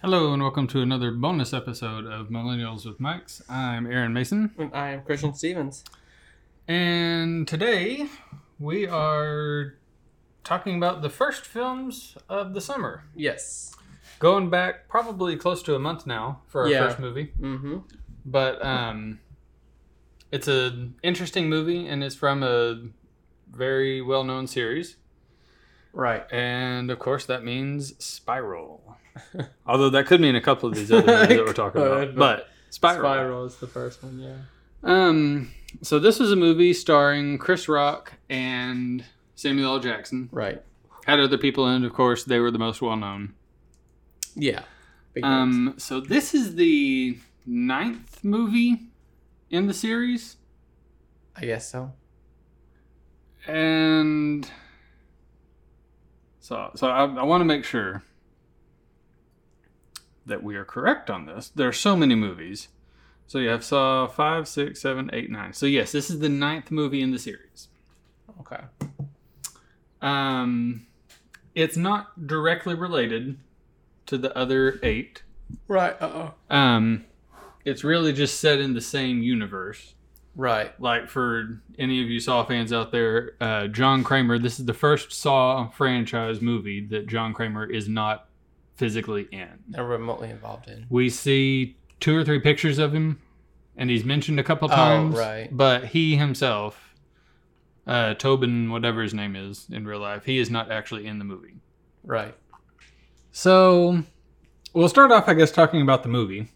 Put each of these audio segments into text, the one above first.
Hello and welcome to another bonus episode of Millennials with Mikes. I'm Aaron Mason, And I am Christian Stevens. and today we are talking about the first films of the summer. Yes. Going back probably close to a month now for our Yeah. first movie, Mm-hmm. but um, it's an interesting movie and it's from a very well-known series, Right. and of course that means Spiral. Although that could mean a couple of these other movies that we're talking about, Could. but Spiral. Spiral. is the first one, yeah. Um, so this is a movie starring Chris Rock and Samuel L. Jackson. Right. Had other people in it, of course. They were the most well known. Yeah. Big names. Um, so this is the ninth movie in the series, I guess so. and so so I, I want to make sure that we are correct on this. There are so many movies. So you have saw five, six, seven, eight, nine. So yes, this is the ninth movie in the series. Okay. Um, it's not directly related to the other eight. Right. Uh-oh. Um, it's really just set in the same universe. Right. Like for any of you Saw fans out there, uh, John Kramer. This is the first Saw franchise movie that John Kramer is not physically in. They're remotely involved in. We see two or three pictures of him, and he's mentioned a couple Oh, times. right. But he himself, uh, Tobin, whatever his name is in real life, he is not actually in the movie. Right. So, we'll start off, I guess, talking about the movie,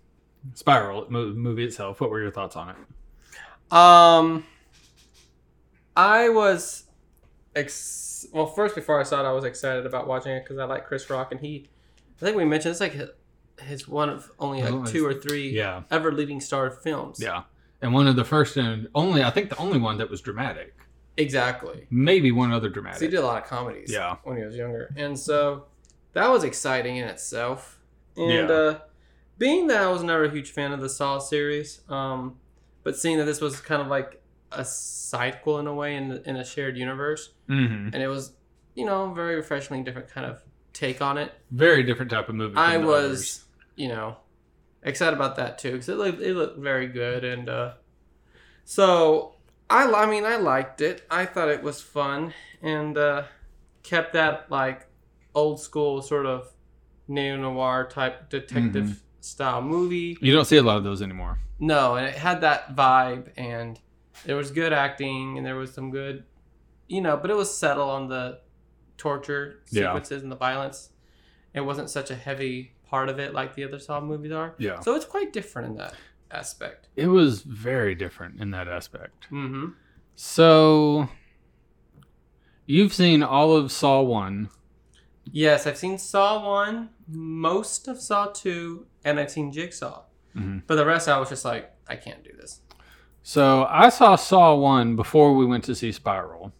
Spiral, mo- movie itself. What were your thoughts on it? Um, I was, ex- well, first before I saw it, I was excited about watching it because I like Chris Rock, and he, I think we mentioned it's like his, his one of only Oh, like it's- two or three Yeah, ever leading star films. yeah. And one of the first and only, I think, the only one that was dramatic. Exactly. Maybe one other So he dramatic. did a lot of comedies. Yeah. When he was younger. And so that was exciting in itself. And Yeah. uh, being that I was never a huge fan of the Saw series, um, but seeing that this was kind of like a sequel in a way in, in a shared universe, Mm-hmm. and it was, you know, very refreshingly different kind of take on it. Very different type of movie. from I the was, others. you know, excited about that too because it looked it looked very good and uh, so I li- I mean I liked it. I thought it was fun and uh, kept that like old school sort of neo noir type detective style movie. You don't see a lot of those anymore. No, and it had that vibe, and there was good acting, and there was some good, you know, but it was subtle on the torture Yeah. sequences and the violence. It wasn't such a heavy part of it like the other Saw movies are. Yeah. So it's quite different in that aspect. It was very different in that aspect. Mm-hmm. So, you've seen all of Saw 1. Yes, I've seen Saw 1, most of Saw 2, and I've seen Jigsaw. Mhm. But the rest, I was just like, I can't do this. So, I saw Saw 1 before we went to see Spiral.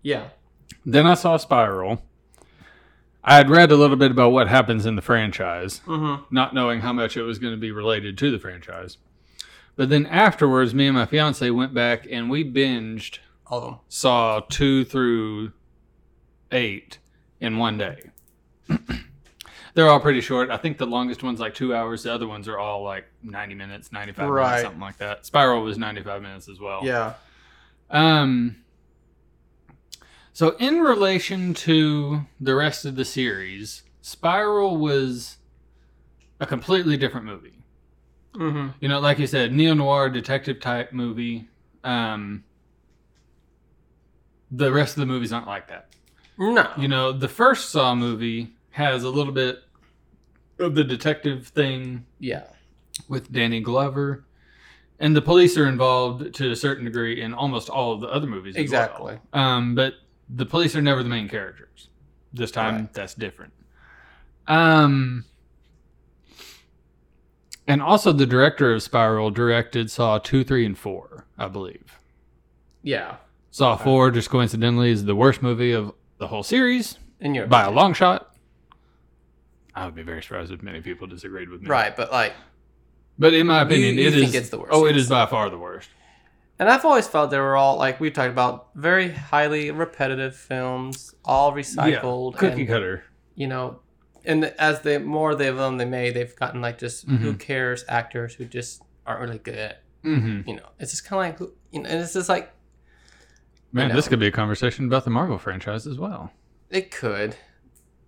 Yeah. Then I saw Spiral. I had read a little bit about what happens in the franchise, Mm-hmm. not knowing how much it was going to be related to the franchise. But then afterwards, me and my fiance went back and we binged All of them. Saw 2 through 8 in one day. They're all pretty short. I think the longest one's like two hours. The other ones are all like 90 minutes, 95 minutes, Right. something like that. Spiral was 95 minutes as well. Yeah. Um. So in relation to the rest of the series, Spiral was a completely different movie. Mm-hmm. You know, like you said, neo noir detective type movie. Um. The rest of the movie's not like that. No. You know, the first Saw movie has a little bit of the detective thing yeah. with Danny Glover, and the police are involved to a certain degree in almost all of the other movies. as well. Exactly. Um, but the police are never the main characters. This time, Right. that's different. Um, and also the director of Spiral directed Saw two, three, and four, I believe. Yeah. Saw Okay. four, just coincidentally, is the worst movie of the whole series In your by a long shot. I would be very surprised if many people disagreed with me. Right, but like but in my opinion, you it is. think it's the worst. Oh, it is by far the worst. And I've always felt they were all like we talked about very highly repetitive films, all recycled. Cookie and, cutter. you know, and as the more of them they made, they've gotten like just who Mhm. cares actors who just aren't really good at Mm-hmm. you know. It's just kind of like who you know, and it's just like Man, know. this could be a conversation about the Marvel franchise as well. it could,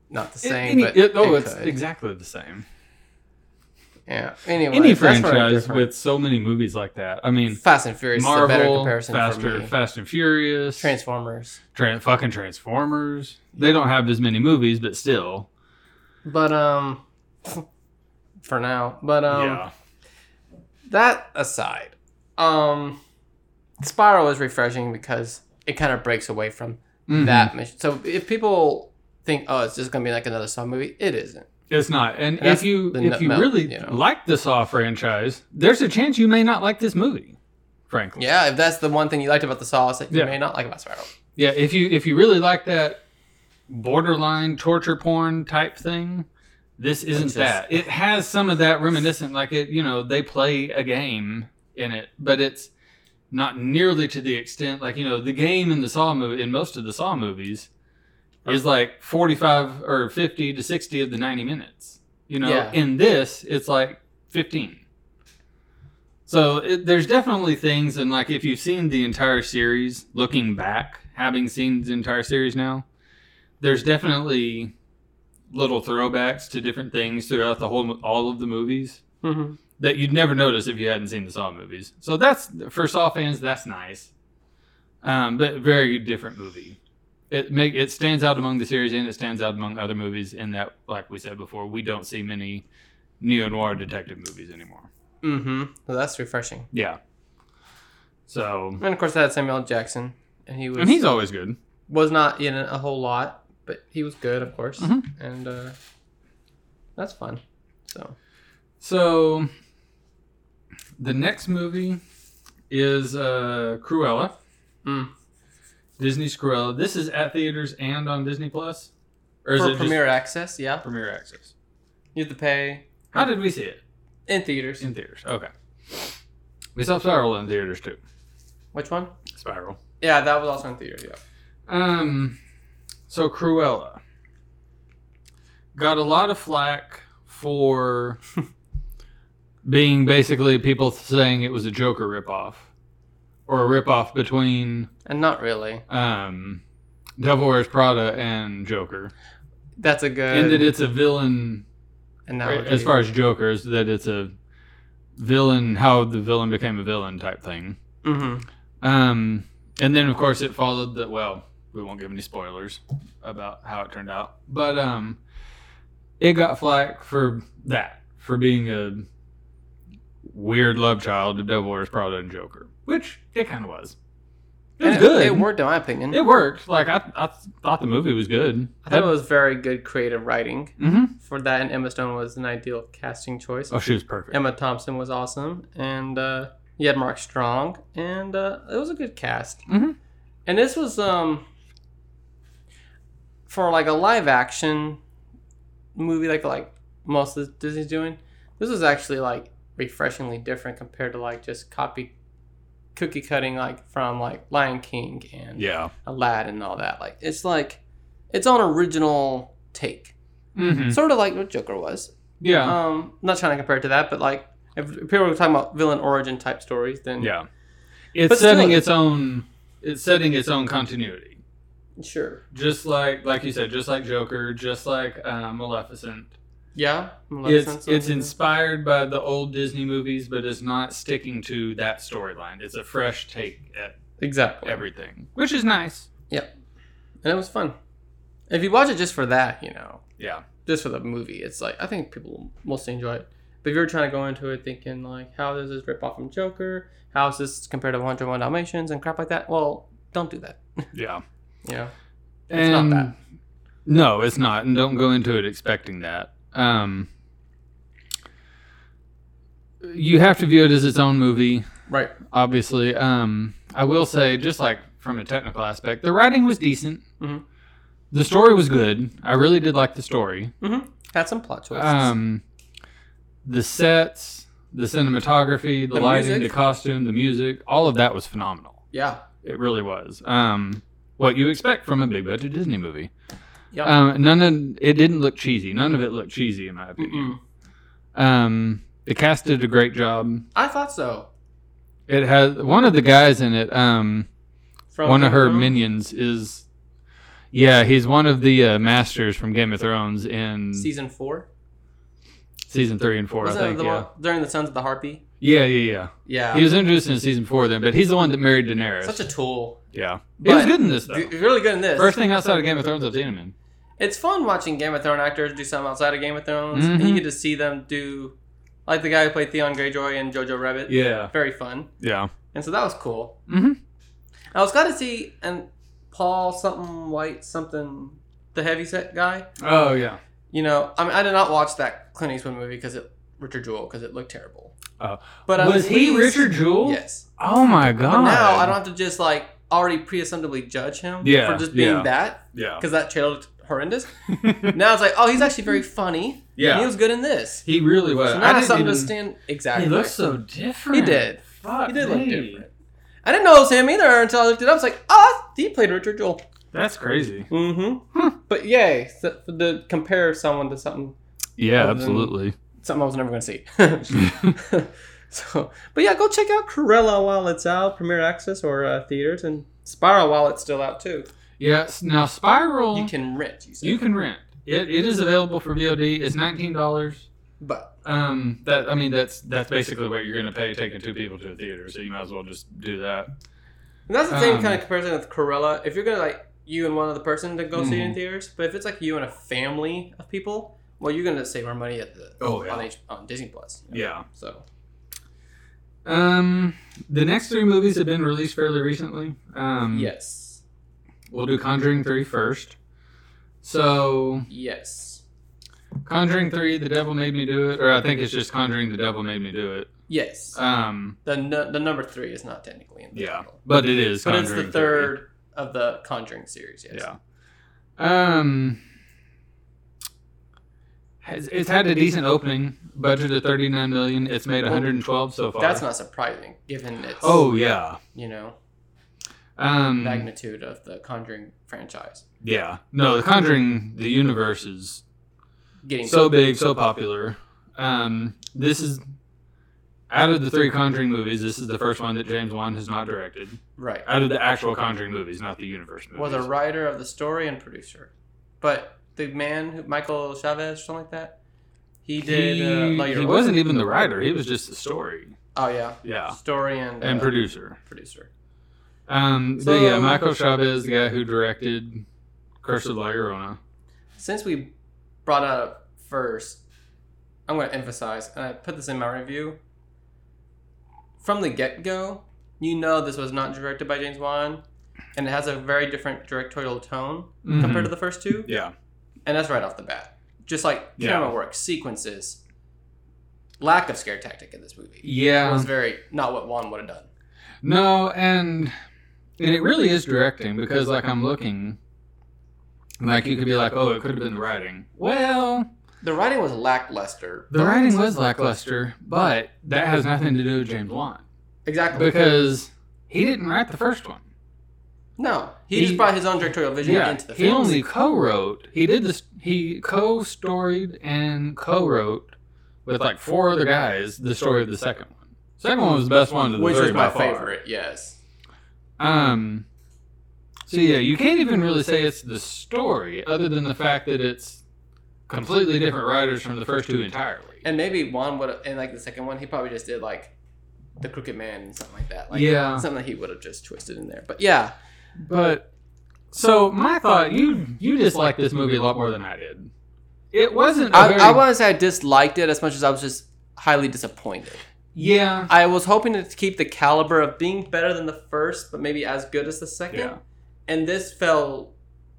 not the A- same, any- but it- oh, it it's could. exactly the same. yeah. Anyway, Any that's where I'm franchise different. with so many movies like that. I mean, Fast and Furious is a better Marvel, comparison for faster, me. Fast and Furious, Transformers, tran- fucking Transformers. They don't have as many movies, but still, but um, for now, but um, yeah. that aside, um, Spiral is refreshing because it kind of breaks away from Mhm. that mission. So if people think, oh, it's just gonna be like another Saw movie, it isn't. Mm-hmm. It's not. And, And that's if you the if you nut melt, really you know. like the Saw franchise, there's a chance you may not like this movie. Frankly, Yeah, if that's the one thing you liked about the Saw, it's that you Yeah. may not like about Spiral. yeah. If you if you really like that borderline torture porn type thing, this isn't Which is- that. It has some of that reminiscent, like it. You know, they play a game in it, but it's not nearly to the extent like you know the game in the Saw movie in most of the Saw movies is like forty five or fifty to sixty of the ninety minutes. You know, Yeah. in this it's like fifteen. So it, there's definitely things, and like if you've seen the entire series, looking back, having seen the entire series now, there's definitely little throwbacks to different things throughout the whole all of the movies Mm-hmm. that you'd never notice if you hadn't seen the Saw movies. So that's for Saw fans, that's nice, um, but very different movie. It make it stands out among the series and it stands out among other movies in that, like we said before, we don't see many neo noir detective movies anymore. Mm-hmm. Well, that's refreshing. Yeah. So And of course, that had Samuel L. Jackson, and he was and he's always good. was not in a whole lot, but he was good, of course, Mhm. and uh, that's fun. So So the next movie is uh, Cruella. Hmm. Mm. Disney's Cruella. This is at theaters and on Disney Plus, or is for it premiere access, yeah, just premiere access? you have to pay How did we see it in theaters. in theaters? Okay, we saw Spiral in theaters too. Which one? Spiral. Yeah, that was also in theaters. Yeah. Um, so Cruella got a lot of flack for being basically people saying it was a Joker ripoff or a ripoff between And not really. um, Devil Wears Prada and Joker, That's a and that good it's a villain analogy. as far as Joker is that it's a villain how the villain became a villain type thing. mm-hmm. Um, and then of course it followed that. Well, we won't give any spoilers about how it turned out, but um, it got flack for that for being a weird love child to Devil Wears Prada and Joker, which it kind of was. It was And good. It worked, in my opinion. It worked. Like I, I thought the movie was good. I thought it was very good creative writing hmm for that, and Emma Stone was an ideal casting choice. Oh, she was perfect. Emma Thompson was awesome, and uh, you had Mark Strong, and uh, it was a good cast. Mhm. And this was um for like a live action movie, like like most of Disney's doing. This was actually like refreshingly different compared to like just copy cookie cutting like from like Lion King and Yeah. Aladdin and all that. Like it's like its own original take, hmm sort of like what Joker was. Yeah. Um, not trying to compare it to that, but like if people were talking about villain origin type stories, then yeah. It's But setting Um, still- its own. It's setting its own continuity. sure, just like like you said, just like Joker, just like uh, Maleficent. yeah, It's it's inspired by the old Disney movies, but it's not sticking to that storyline. It's a fresh take at exactly everything, which is nice. and it was fun. If you watch it just for that, you know, Yeah, just for the movie, it's like I think people mostly enjoy it. But if you're trying to go into it thinking like, how does this rip off from Joker? How is this compared to 101 Dalmatians and crap like that? Well, don't do that. yeah. You know, and It's not that. No, it's not, and don't go into it expecting that. Um, you have to view it as its own movie, right? obviously. Um, I will say, just like from a technical aspect, the writing was decent. Mhm. The story was good. I really did like the story. Had some plot choices. Um, the sets, the cinematography, the, The lighting, music. the costume, the music, all of that was phenomenal. Yeah. It really was. Um, what you expect from a big budget Disney movie. Yeah. Um, none of it didn't look cheesy. None of it looked cheesy in my opinion. Mm-mm. Um, the cast did a great job. I thought so. It has one of the guys in it. Um, From one of her Amazon. minions is, yeah, he's one of the uh, masters from Game of Thrones in season four. season three and 4 Wasn't I it think. the yeah. one during the Sons of the Harpy? yeah, yeah, yeah. Yeah. He was introduced in season four then, but he's the one that married Daenerys. Such a tool. yeah, he But- was good in this though. G- Really good in this. First thing outside of Game of Thrones I've seen him in. it's fun watching Game of Thrones actors do something outside of Game of Thrones, and Mhm. you get to see them do, like the guy who played Theon Greyjoy and Jojo Rabbit. Yeah, Very fun. yeah. And so that was cool. hmm I was glad to see and Paul something White something, the heavyset guy. Oh yeah. You know, I mean, I did not watch that Clint Eastwood movie because it Richard Jewell because it looked terrible. Oh. but I was he pleased- Richard Jewell? Yes. Oh my But god. now I don't have to just like already preassumptively judge him Yeah, for just being yeah. that Yeah. because that trailer looked horrendous. now it's like, oh, he's actually very funny. Yeah. and he was good in this. He really was. So I now didn't that's something even, to stand exactly. He looks so different. He did. Fuck He did look me. different. I didn't know it was him either until I looked it up. It's like, oh, he played Richard Jewell. That's crazy. Mm-hmm. Hmm. But yay, so, to compare someone to something Yeah, Other than- absolutely. something I was never going to see. so, but yeah, go check out Corella while it's out, Premier Access or uh, theaters, and Spiral while it's still out too. yes. Now Spiral, You can rent, you said. you can rent. It, it is available for VOD. It's nineteen dollars. but Um, that I mean, that's that's basically what you're going to pay taking two people to a theater. So you might as well just do that. and that's the same Um, kind of comparison with Corella. If you're going to like you and one other person to go see it in Mhm. theaters, but if it's like you and a family of people, well, you're going to save more money at the Oh, yeah. on, H- on Disney Plus. you know? Yeah. So Um, the next three movies have been released fairly recently. Um, yes, We'll do Conjuring 3 first. So, yes, Conjuring 3, The Devil Made Me Do It, or I think it's just Conjuring, The Devil Made Me Do It. yes. Um, the nu- the number three is not technically in the Yeah. title. but it is. but it's the Conjuring third of the Conjuring series. Yes. 3. Yeah. Um, has, it's had a decent opening. Budget of 39 million. It's made 112 so far. That's not surprising, given its Oh yeah. you know Um, magnitude of the Conjuring franchise yeah. No, The Conjuring, the universe is getting so big, so popular. Um, this is out of the three Conjuring movies. This is the first one that James Wan has not directed. right. Out of the actual Conjuring movies, not the universe movies. Was a writer of the story and producer, but the man who Michael Chavez or something like that, he did. He, uh, like, he wasn't even the writer. He was just the story. Oh yeah, Yeah, story and and uh, producer. producer. Um, So- the uh, Michael Chavez, the guy who directed Curse of La Llorona. Since we brought out up first, I'm going to emphasize, and I put this in my review. From the get go, you know this was not directed by James Wan, and it has a very different directorial tone. compared to the first two, Mhm. yeah, and that's right off the bat. Just like Yeah. camera work, sequences, lack of scare tactic in this movie was yeah. very not what Juan would have done. No, and and it really is directing because like I'm looking, like you could be like, oh, it could have been the writing. Well, The writing was lackluster. The writing was lackluster, but that has nothing to do with James Wan exactly because he didn't write the first one. no. He, He- just brought his own directorial vision Yeah, into the he film. only co-wrote. He did this. He co-storied and co-wrote with like four other guys the story of the second one. Second one was the best one of the which three was my by far. favorite. Yes, Um. So yeah, you can't even really say it's the story, other than the fact that it's completely different writers from the first two entirely. and maybe Juan would have, and like the second one, he probably just did like the Crooked Man and something like that. Like, Yeah. something that he would have just twisted in there. But yeah, But so my thought, you you disliked this movie a lot more than I did. It wasn't. a I, very, I want to say I disliked it as much as I was just highly disappointed. Yeah. I was hoping to keep the caliber of being better than the first, but maybe as good as the second. Yeah. And this fell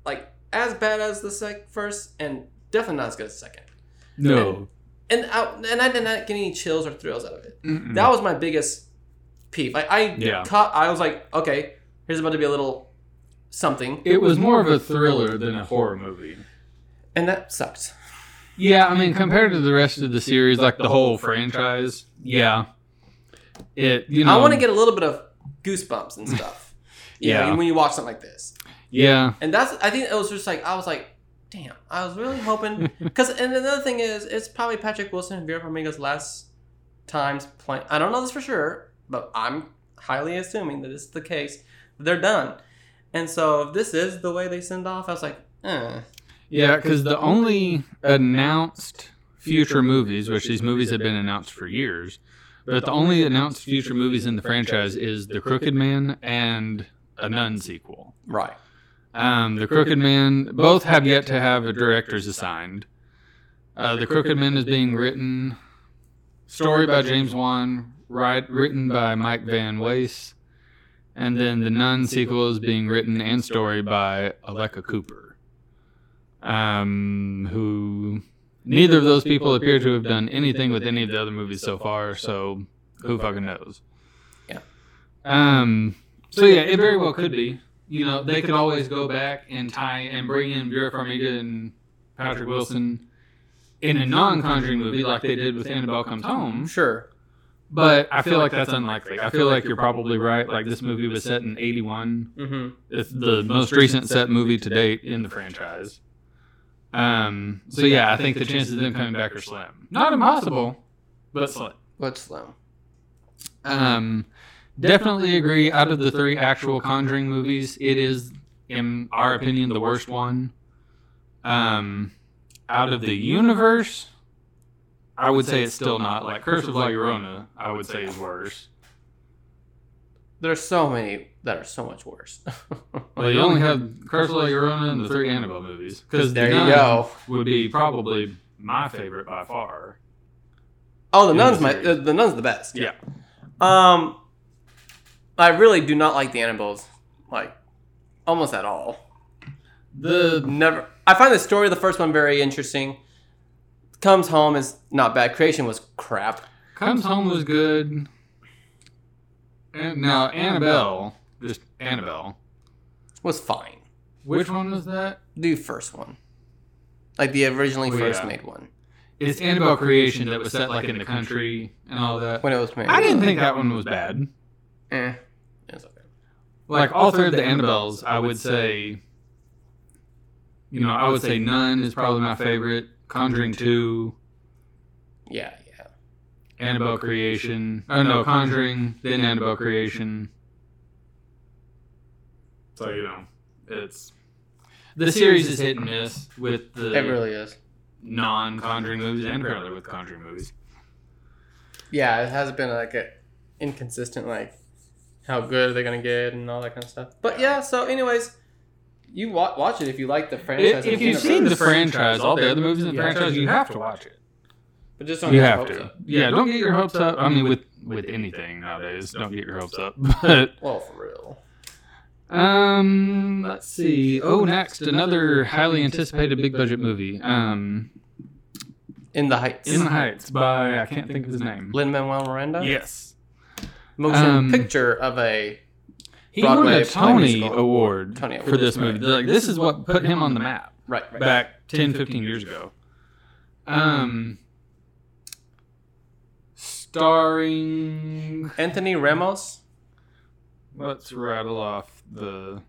like as bad as the sec- first, and definitely not as good as the second. No. And I, and I did not get any chills or thrills out of it. Mm-mm. That was my biggest peeve. Like I Mm-hmm. Yeah. caught, I was like, okay, here's about to be a little something, it was more of a thriller than a horror movie. and that sucked. Yeah, I mean, compared to the rest of the series, like the whole franchise, yeah. It, you know, um, I want to get a little bit of goosebumps and stuff. You know, Yeah. when you watch something like this, yeah, and that's I think it was just like I was like, damn, I was really hoping because and another thing is it's probably Patrick Wilson and Vera Farmiga's last times playing. I don't know this for sure, but I'm highly assuming that this is the case. They're done, and so if this is the way they send off, I was like, eh. yeah, because the only announced future movies, which these movies have been announced for years, but the only announced future movies in the franchise is The Crooked Man and a Nun sequel. right. Um, the Crooked Man both have yet to have a directors assigned. Uh, the Crooked Man is being written, story by James Wan, right, written by Mike Van Wace, and then the Nun sequel is being written and story by Aleka Cooper, um, who neither of those people appear to have done anything with any of the other movies so far. So who fucking knows? Yeah. Um. So yeah, it very well could be you know, they could always go back and tie and bring in Vera Farmiga and Patrick Wilson in a non-Conjuring movie like they did with Annabelle Comes Home. Sure. But I feel like that's unlikely. I feel like you're probably right. Like this movie was set in '81. Mm-hmm. It's the most recent set movie to date in the franchise. Um. So yeah, I think the chances of them coming back are slim. Not impossible, but slim. What's slow? Um, definitely agree. Out of the three actual Conjuring movies, it is, in our opinion, the worst one. Um, out of the universe, I would say it's still not. Like Curse of La Llorona, I would say is worse. There's so many that are so much worse. Well, you only have Curse of La Llorona and the three Annabelle movies. Because there you go. Would be probably my favorite by far. Oh, the in the nun's my series. the nun's the best. Yeah. Um, I really do not like the Annabelles, like almost at all. The Never. I find the story of the first one very interesting. Comes home is not bad. Creation was crap. Comes Home was good. And now Annabelle, just Annabelle. Was fine. Which one was that? The first one, like the originally Oh, first yeah. made one It's Annabelle Creation that was set like in the country and all that. when it was made. I didn't think that one was bad. Eh. It was okay. Like all three of the Annabelles, I would say, you know, I would say Nun is probably my favorite. Conjuring Two, Yeah, yeah. Annabelle Creation. Oh no, Conjuring, then Annabelle Creation. So you know, it's the series is hit and miss with the It really is. non-Conjuring movies and apparently with Conjuring movies. Yeah, it has been like a inconsistent, like how good are they gonna get and all that kind of stuff. But yeah, so anyways, you wa- watch it if you like the franchise. If, and if you've universe. seen the franchise, all the other movies in the Yeah. franchise, you have to watch it. but just don't You get have your hopes to. up. Yeah, don't get your hopes up. I mean, with with anything nowadays, don't get your hopes up. But Well, for real. um, let's see. Oh, next, another highly anticipated big budget movie. Um, In the Heights. In the Heights by I can't think of his name. Lin Manuel Miranda. Yes, Motion Um, picture of a. he Broadway won a Tony Tony Award. Award Tony Award, for this right. movie. Like, this is what put him on the map. Right. right. back 10, 15 years ago. Um, starring. Anthony Ramos. Let's rattle off the.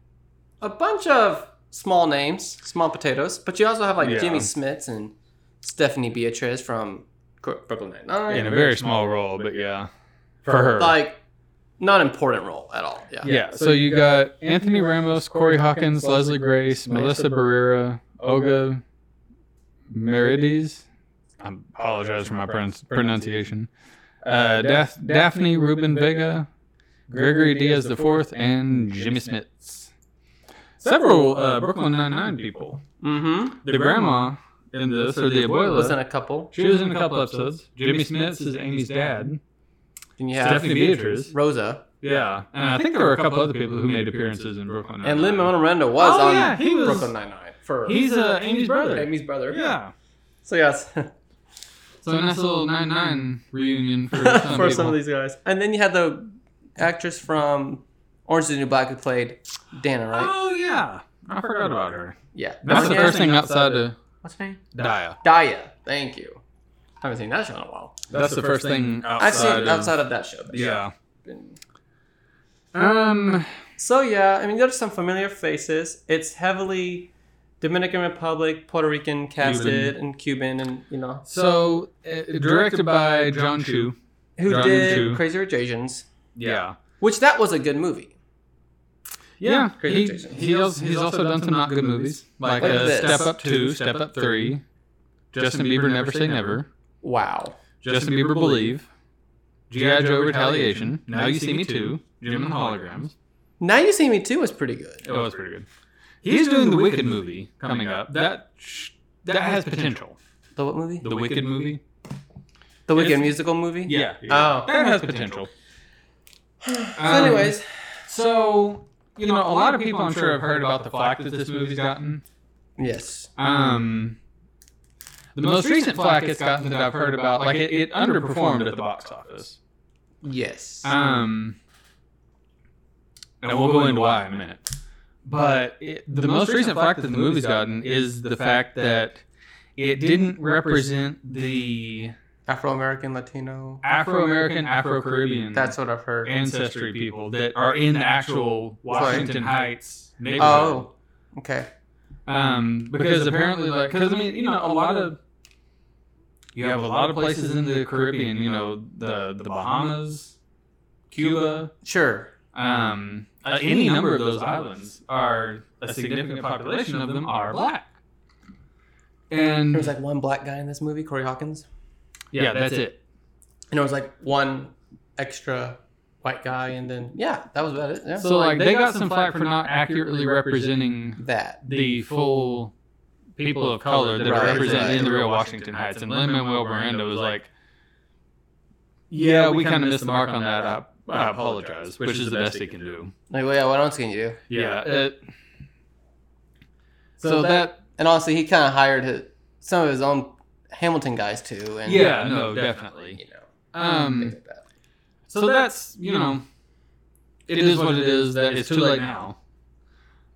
A bunch of small names, small potatoes, but you also have like Yeah. Jimmy Smits and Stephanie Beatriz from Cro- Brooklyn Nine Nine. In a very small role, but yeah. For her. like not important role at all. Yeah. yeah, so you got Anthony Ramos, Corey Hawkins, Leslie Grace, Melissa Barrera, Olga Merides. I apologize for my pronunci- pronunciation. Uh, Daph- Daphne Rubin Vega, Gregory Diaz IV, and Jimmy Smits. Several uh, Brooklyn Nine-Nine people. Mm-hmm. The grandma in this, or the Was in abuela, a couple. she was in a couple episodes. Jimmy Smits is Amy's dad. And you have Stephanie Beatriz. Rosa. Yeah, and I think there were a couple other people who made appearances in Brooklyn. And Lin Nine-Nine. Manuel Miranda was Oh, on yeah, he was- Brooklyn Nine Nine for He's uh, Amy's brother. Amy's brother. Yeah. So yes, So a nice little nine nine reunion for for some, some of these guys. And then you had the actress from Orange is the New Black who played Dana, right? Oh yeah, I forgot about her. yeah. That's the What's her name? first thing outside of What's her name? Dia. Daya. Thank you. haven't seen that show in a while. That's, the, first thing, outside. I've seen of- outside of that show. though. Yeah. Been- Um. So yeah, I mean, there's some familiar faces. It's heavily Dominican Republic, Puerto Rican casted, and Cuban, and you know So uh, directed by John Chu. who Dragon did Two. Crazy Rich Asians, Yeah. which that was a good movie. Yeah. Crazy he, Jason. he also, he's also done some not good movies like, Like uh, this. Step Up Two, Step Up Three, Justin Bieber Never Say Never, Wow. Justin Bieber Believe, GI Joe Retaliation, Now You See Me Too, Jim and the Holograms. Now you see me too was pretty good. It was pretty good. He's doing the Wicked movie coming up. That sh- that has potential. The what movie? The, The Wicked movie. Wicked it's- musical movie. Yeah. Oh. That has potential. So, Um, anyways, So, you know, a lot of people I'm sure have heard about the flack that this movie's gotten. yes. Um, the most recent flack it's gotten that I've heard about, like, it, it underperformed at the box office. Yes. Um, and we'll go into why in a minute. But it, the most recent flack that the movie's gotten is the fact that it didn't represent the Afro American, Latino. Afro American, Afro Caribbean. That's what I've heard. ancestry people that are in the actual Washington Heights neighborhood. oh. Okay. Um, because apparently, like, because I mean, you know, a lot of you have a lot of places in the Caribbean. You know, the the Bahamas, Cuba, Sure. um, uh, any number of those islands are a significant population of them are black. There And was like one black guy in this movie, Corey Hawkins, yeah, that's it. and there was like one extra white guy, and then yeah, that was about it. Yeah. So like, they got some flack for not accurately representing that. the full people of color that are Right, represented right. in the real Washington Heights. And Lin Manuel Miranda was like, "Yeah, we kind of missed the mark on that. I, I apologize," which is the best he can do. Like, well, yeah, what else can you do? Yeah. it- So so that. And honestly, he kind of hired his, some of his own Hamilton guys too. And Yeah. No, definitely. you know, things Um. like that. So that's you know, it is what it is. That it's too late now.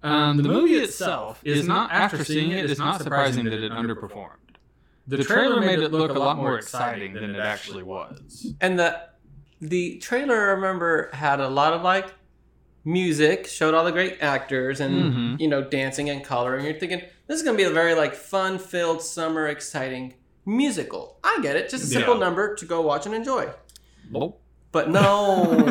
Um, the movie itself is not. After seeing it, it's not surprising that it underperformed. The trailer made it look a lot more exciting than it actually was. And the the trailer I remember had a lot of like music, showed all the great actors and Mhm. you know dancing and coloring. You're thinking this is gonna be a very like fun filled summer exciting musical. I get it, just a simple Yeah. number to go watch and enjoy. Nope. But no,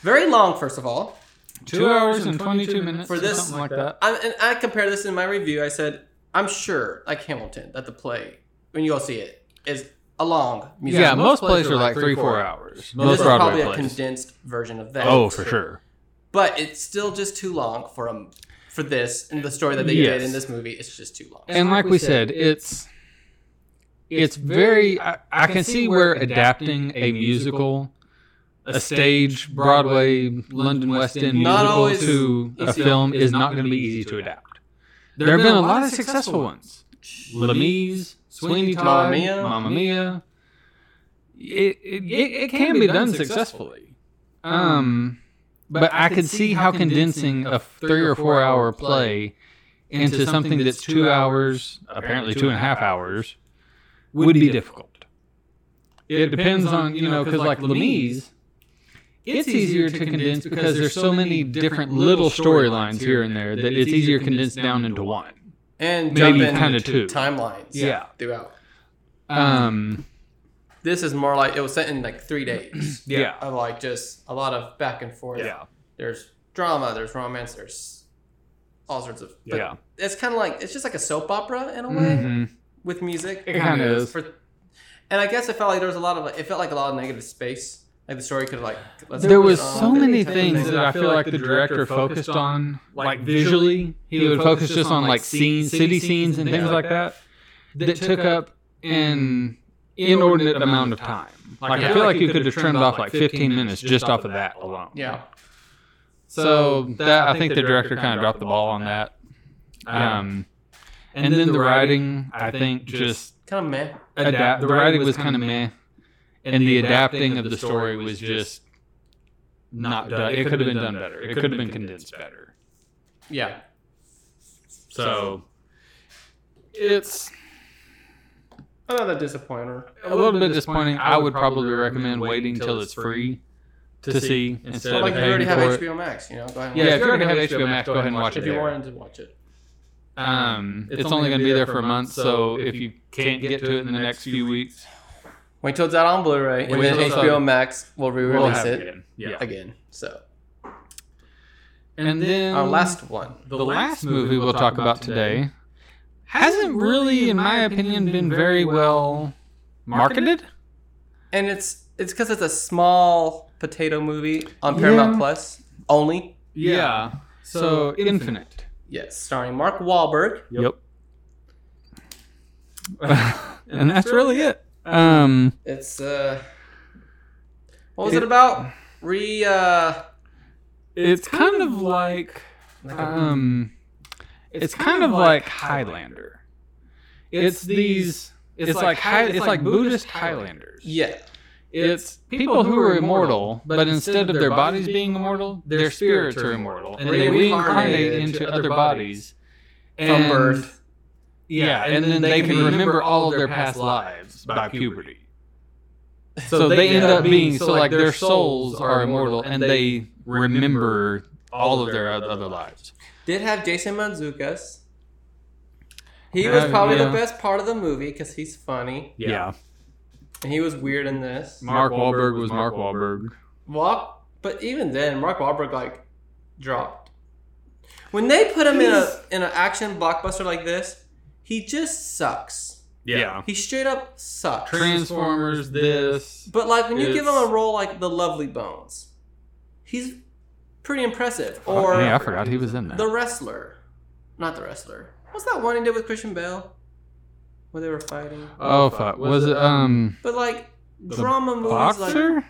very long. First of all, Two hours and 22 minutes For for this- this, something like that. I, and I compare this in my review. I said I'm sure like Hamilton that the play when you go see it is a long musical. Yeah, most plays are like three, four hours. And this Most is Broadway probably a plays. condensed version of that. Oh, for sure. but it's still just too long for um for this and the story that they Yes. did in this movie. It's just too long. And like we said, it's it's very. I, I can see where adapting a musical, a stage, Broadway, London West End Not musical always to a easy. film is not going to be easy to adapt. There have been a lot of successful ones. Lemise, Sweeney Mamma Todd, Mia. Mamma Mia. It, it, it, it can be done successfully. Um, but I could see how condensing a three or four hour play into something that's two hours, apparently two and a half hours, would be difficult. It depends on, you know, because like Lemise, it's easier to condense because there's so many different little storylines here and there that it's easier condensed down into one. and Maybe jump in kind of two. timelines. Yeah. throughout. Um, This is more like it was set in like three days yeah. of like just a lot of back and forth. There's drama. There's romance. There's all sorts of. but Yeah. It's kind of like it's just like a soap opera in a way Mhm. with music. It kinda is. For, and I guess it felt like there was a lot of like, it felt like a lot of negative space. Like the story could like let's There put was it on, so let's many take things it that I feel like the director focused on, like visually. He would focus just on like scenes, city scenes, and things like that that took up an inordinate amount of time. Like I feel like you could have trimmed off like 15 minutes just off of that alone. yeah. So that I think the director kind of dropped the ball on that. Um, and then the writing, I think, just Kind of meh. adapt. The writing was kind of meh, and the adapting of the story was just not done. It could have been done better. It could have been condensed better. Yeah. So it's Another disappointer. A little, bit disappointing. I would probably recommend waiting until it's free to see instead But of like if you already paying have for it. HBO Max, you know, go ahead and Yeah, watch if it. you're gonna have HBO Max, go ahead and watch it if you there. wanted to watch it. Um, it's only going to be there for a month, so if you can't get to it in the next few weeks, Wait till it's out on Blu-ray, and Wait then till it's HBO on- Max will re-release we'll have it, it. again. Um, Yeah. again. So And then our last one, the last movie we'll talk about today hasn't really, in my opinion, been very well marketed. and it's it's because it's a small potato movie on Paramount Yeah. Plus only. Yeah. So Infinite. Yes, starring Mark Wahlberg. Yep. and that's really it. Um, It's uh, what was It- it, about? Re uh, it's kind of like like a- um, it's kind of like Highlander. It's these. It's like Hi- it's like Buddhist Highlanders. yeah, It's people who are immortal, but instead of their bodies being immortal, their spirits are immortal, and they reincarnate into other bodies from and- birth. Yeah, and then they can remember all of their past lives by puberty. So they end up being so like their souls are immortal, and they remember all of their oth- other lives. Did have Jason Mantzoukas. He Uh, was probably yeah. the best part of the movie because he's funny Yeah, and he was weird in this. Mark Wahlberg was Mark Wahlberg. Walk, but even then, Mark Wahlberg like dropped. When they put him in a in an action blockbuster like this, he just sucks. Yeah. He straight up sucks. Transformers, this. But like when you give him a It's- role like The Lovely Bones, he's pretty impressive. Or yeah, I forgot he was in The there. Wrestler, not The Wrestler. What's that one he did with Christian Bale, where they were fighting? Oh fuck, was it um But like drama movies like boxer?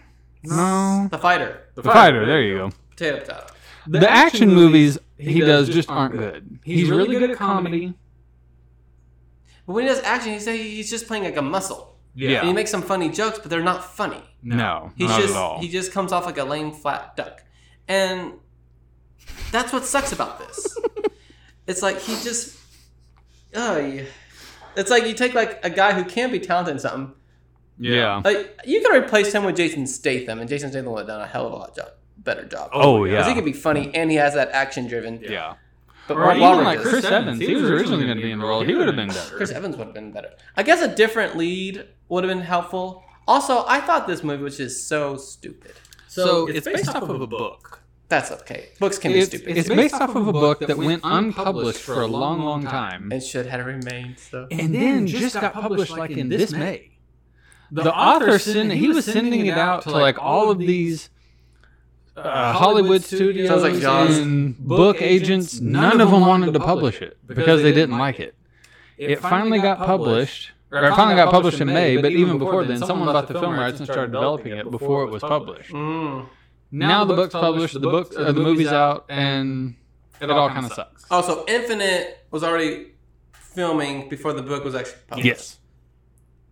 No, The Fighter, the fighter. There you go. Potato Potato. The, action movies he does just aren't good. He's really good at comedy. But when he does action, he's he's just playing like a muscle. And he Yeah, makes some funny jokes, but they're not funny. no, He's not just at all. he just comes off like a lame flat duck. And that's what sucks about this. it's like he just oh yeah. It's like you take like a guy who can be talented in something. Yeah. Like you can replace him with Jason Statham, and Jason Statham would have done a hell of a lot job, better job. Oh Because he yeah. can be funny and he has that action driven. Yeah. But Or Mark even Wahlberg like does- Chris Evans. He was originally going to be in the role. He would have been better. Chris Evans would have been better. I guess a different lead would have been helpful. Also, I thought this movie was just so stupid. So it's based off of a book. That's okay. Books can It's, be stupid. it's based off of a book that went unpublished for a long, long time, it should have remained so. and then just got published like in this May. The author sent he was sending it out to like all of these uh, Hollywood studios Sounds like Jaws. and book agents. None of them wanted to publish it because they didn't like it. It finally got published, or it finally got published in May, but even before then, someone bought the film rights and started developing it before it was published. Mm. Now the book's published, the book, uh, the movie's out, and it all kind of sucks. Also, Oh, Infinite was already filming before the book was actually published. Yes.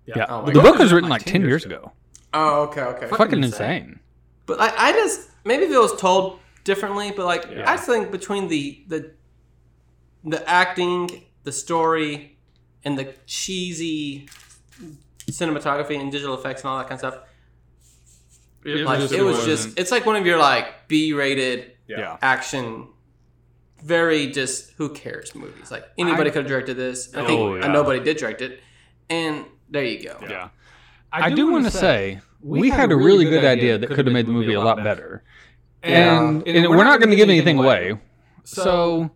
Yeah. Oh my the God. book was written like 10 years ago. Oh, okay, okay. Fucking insane. But I, I just maybe if it was told differently, but like Yeah. I just think between the the the acting, the story, and the cheesy cinematography and digital effects and all that kind of stuff, It like it was just it's like one of your like B rated Yeah. action very just who cares movies. Like anybody I- could have directed this. I Oh, think yeah. uh, nobody did direct it. And there you go. Yeah. I do want to say, we had a really good idea that could have made the movie a lot better. Yeah. And, and we're not going to give anything away. So,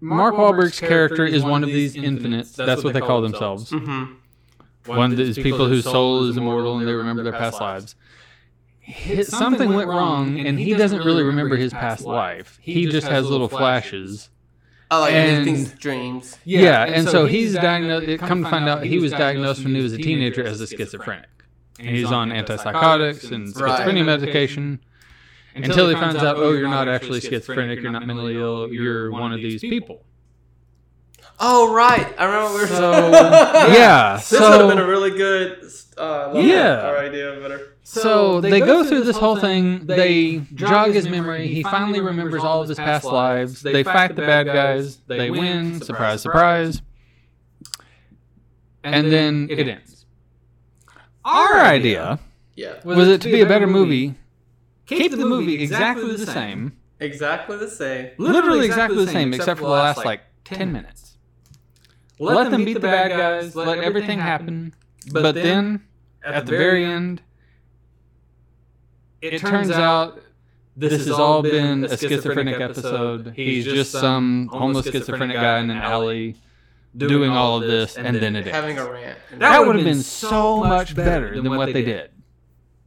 Mark Wahlberg's character is one of these infinites. That's what they call themselves. Mm-hmm. One of these people whose soul is immortal and they remember their past lives. Hit- Something went wrong, and he doesn't really remember his past life. He just has little flashes. Oh, like And- things, dreams. Yeah, and, so, he's diagnosed. It come to find out, he was diagnosed when he was a teenager as a schizophrenic. And he's on antipsychotics and Right. schizophrenia medication until he finds out, oh, you're not actually schizophrenic, you're not mentally ill, you're one of these people. Oh right, I remember we were So, yeah, This would have been a so really good uh, Yeah. our idea better. so they go through this whole thing. They jog his memory. He finally remembers all of his past lives. They fight the bad guys. They win. Surprise, surprise. and, then, it, ends. Our idea Yeah, was, it to be a better movie. Keep the movie exactly the same. exactly the same. Literally exactly the same, except for the last like ten minutes. Let them beat the bad guys. Let everything happen. But then at the very end, it turns out this has all been a schizophrenic episode. He's just some homeless schizophrenic guy in an alley doing all of this, and then it ends. having a rant. And That would have been so much better than what they did.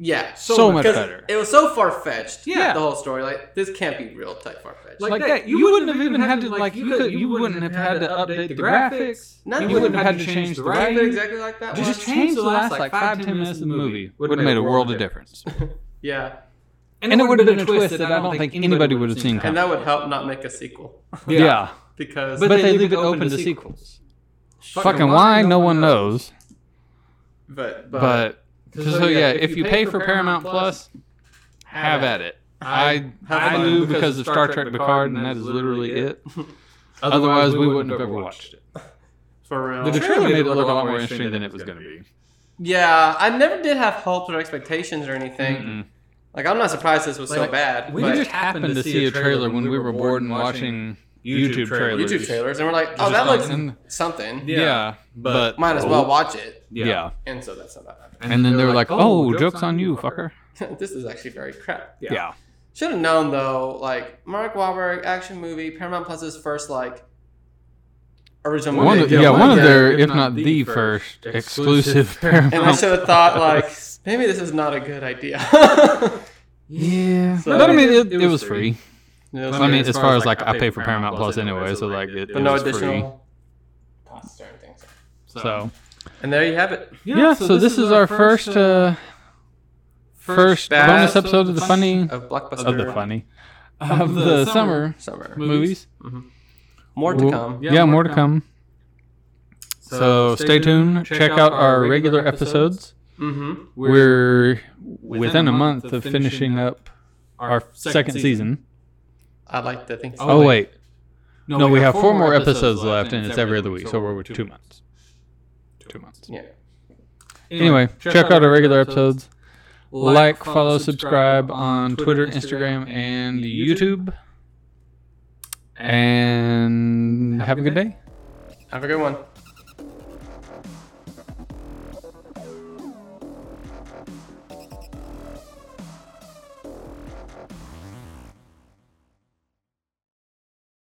yeah, So much 'cause better. It was so far fetched. Yeah. the whole story. Like this can't be real type far fetched. Like Like that, that, you wouldn't have even had to like you could you wouldn't have had to update the graphics. Nothing. You wouldn't have had to change the Right. Wasn't it writing. exactly like that. Just one? change the last like five ten minutes of the movie would have made a world of difference. yeah, And it would have been a twist that I don't think anybody would have seen coming. and that would help not make a sequel Yeah, because but they leave it open to sequels. Fucking why? No one knows. but but, But so yeah, if you pay for Paramount Plus, have at it. I I fun. do because of Star Trek Picard, and that is literally it. Otherwise, we wouldn't have ever watched it. for real. The trailer made it look a lot more interesting than it was going to be. Yeah, I never did have hopes or expectations or anything. Mm-mm. Like I'm not surprised this was so Like, bad. we We but just happened to see a trailer when we were bored and watching YouTube trailers. YouTube trailers, and we're like, oh, that looks And- something. Yeah, yeah, but Might as well watch it. Yeah. And so that's not that And then they were like, "Oh, jokes on you, fucker." bad. this is actually very crap. Yeah. Should have known though. Like Mark Wahlberg action movie, Paramount Plus's first like original One, movie. of- yeah, one of their, if not the first, exclusive Paramount. and I should have thought like maybe this is not a good idea. Yeah, So- but I mean, it, it was free. No, I mean, as far as like I pay for Paramount Plus anyway, so like it, it but no was free. additional costs or anything. So And there you have it. yeah, so, this, is our first, uh, first bad bonus episode of the funny Of blockbuster of the funny of the summer summer. movies. More to Well, come. Yeah, more to come. So stay tuned. Check out our regular episodes. Mm-hmm. We're within a month of finishing up our second season. I'd like to think. Oh wait, no, we have four more episodes left, and it's every other week, so we're with two months. Two months. Yeah. Anyway, check out our regular episodes. Like, follow, subscribe on Twitter, Instagram, and YouTube. And have a good day. Have a good one.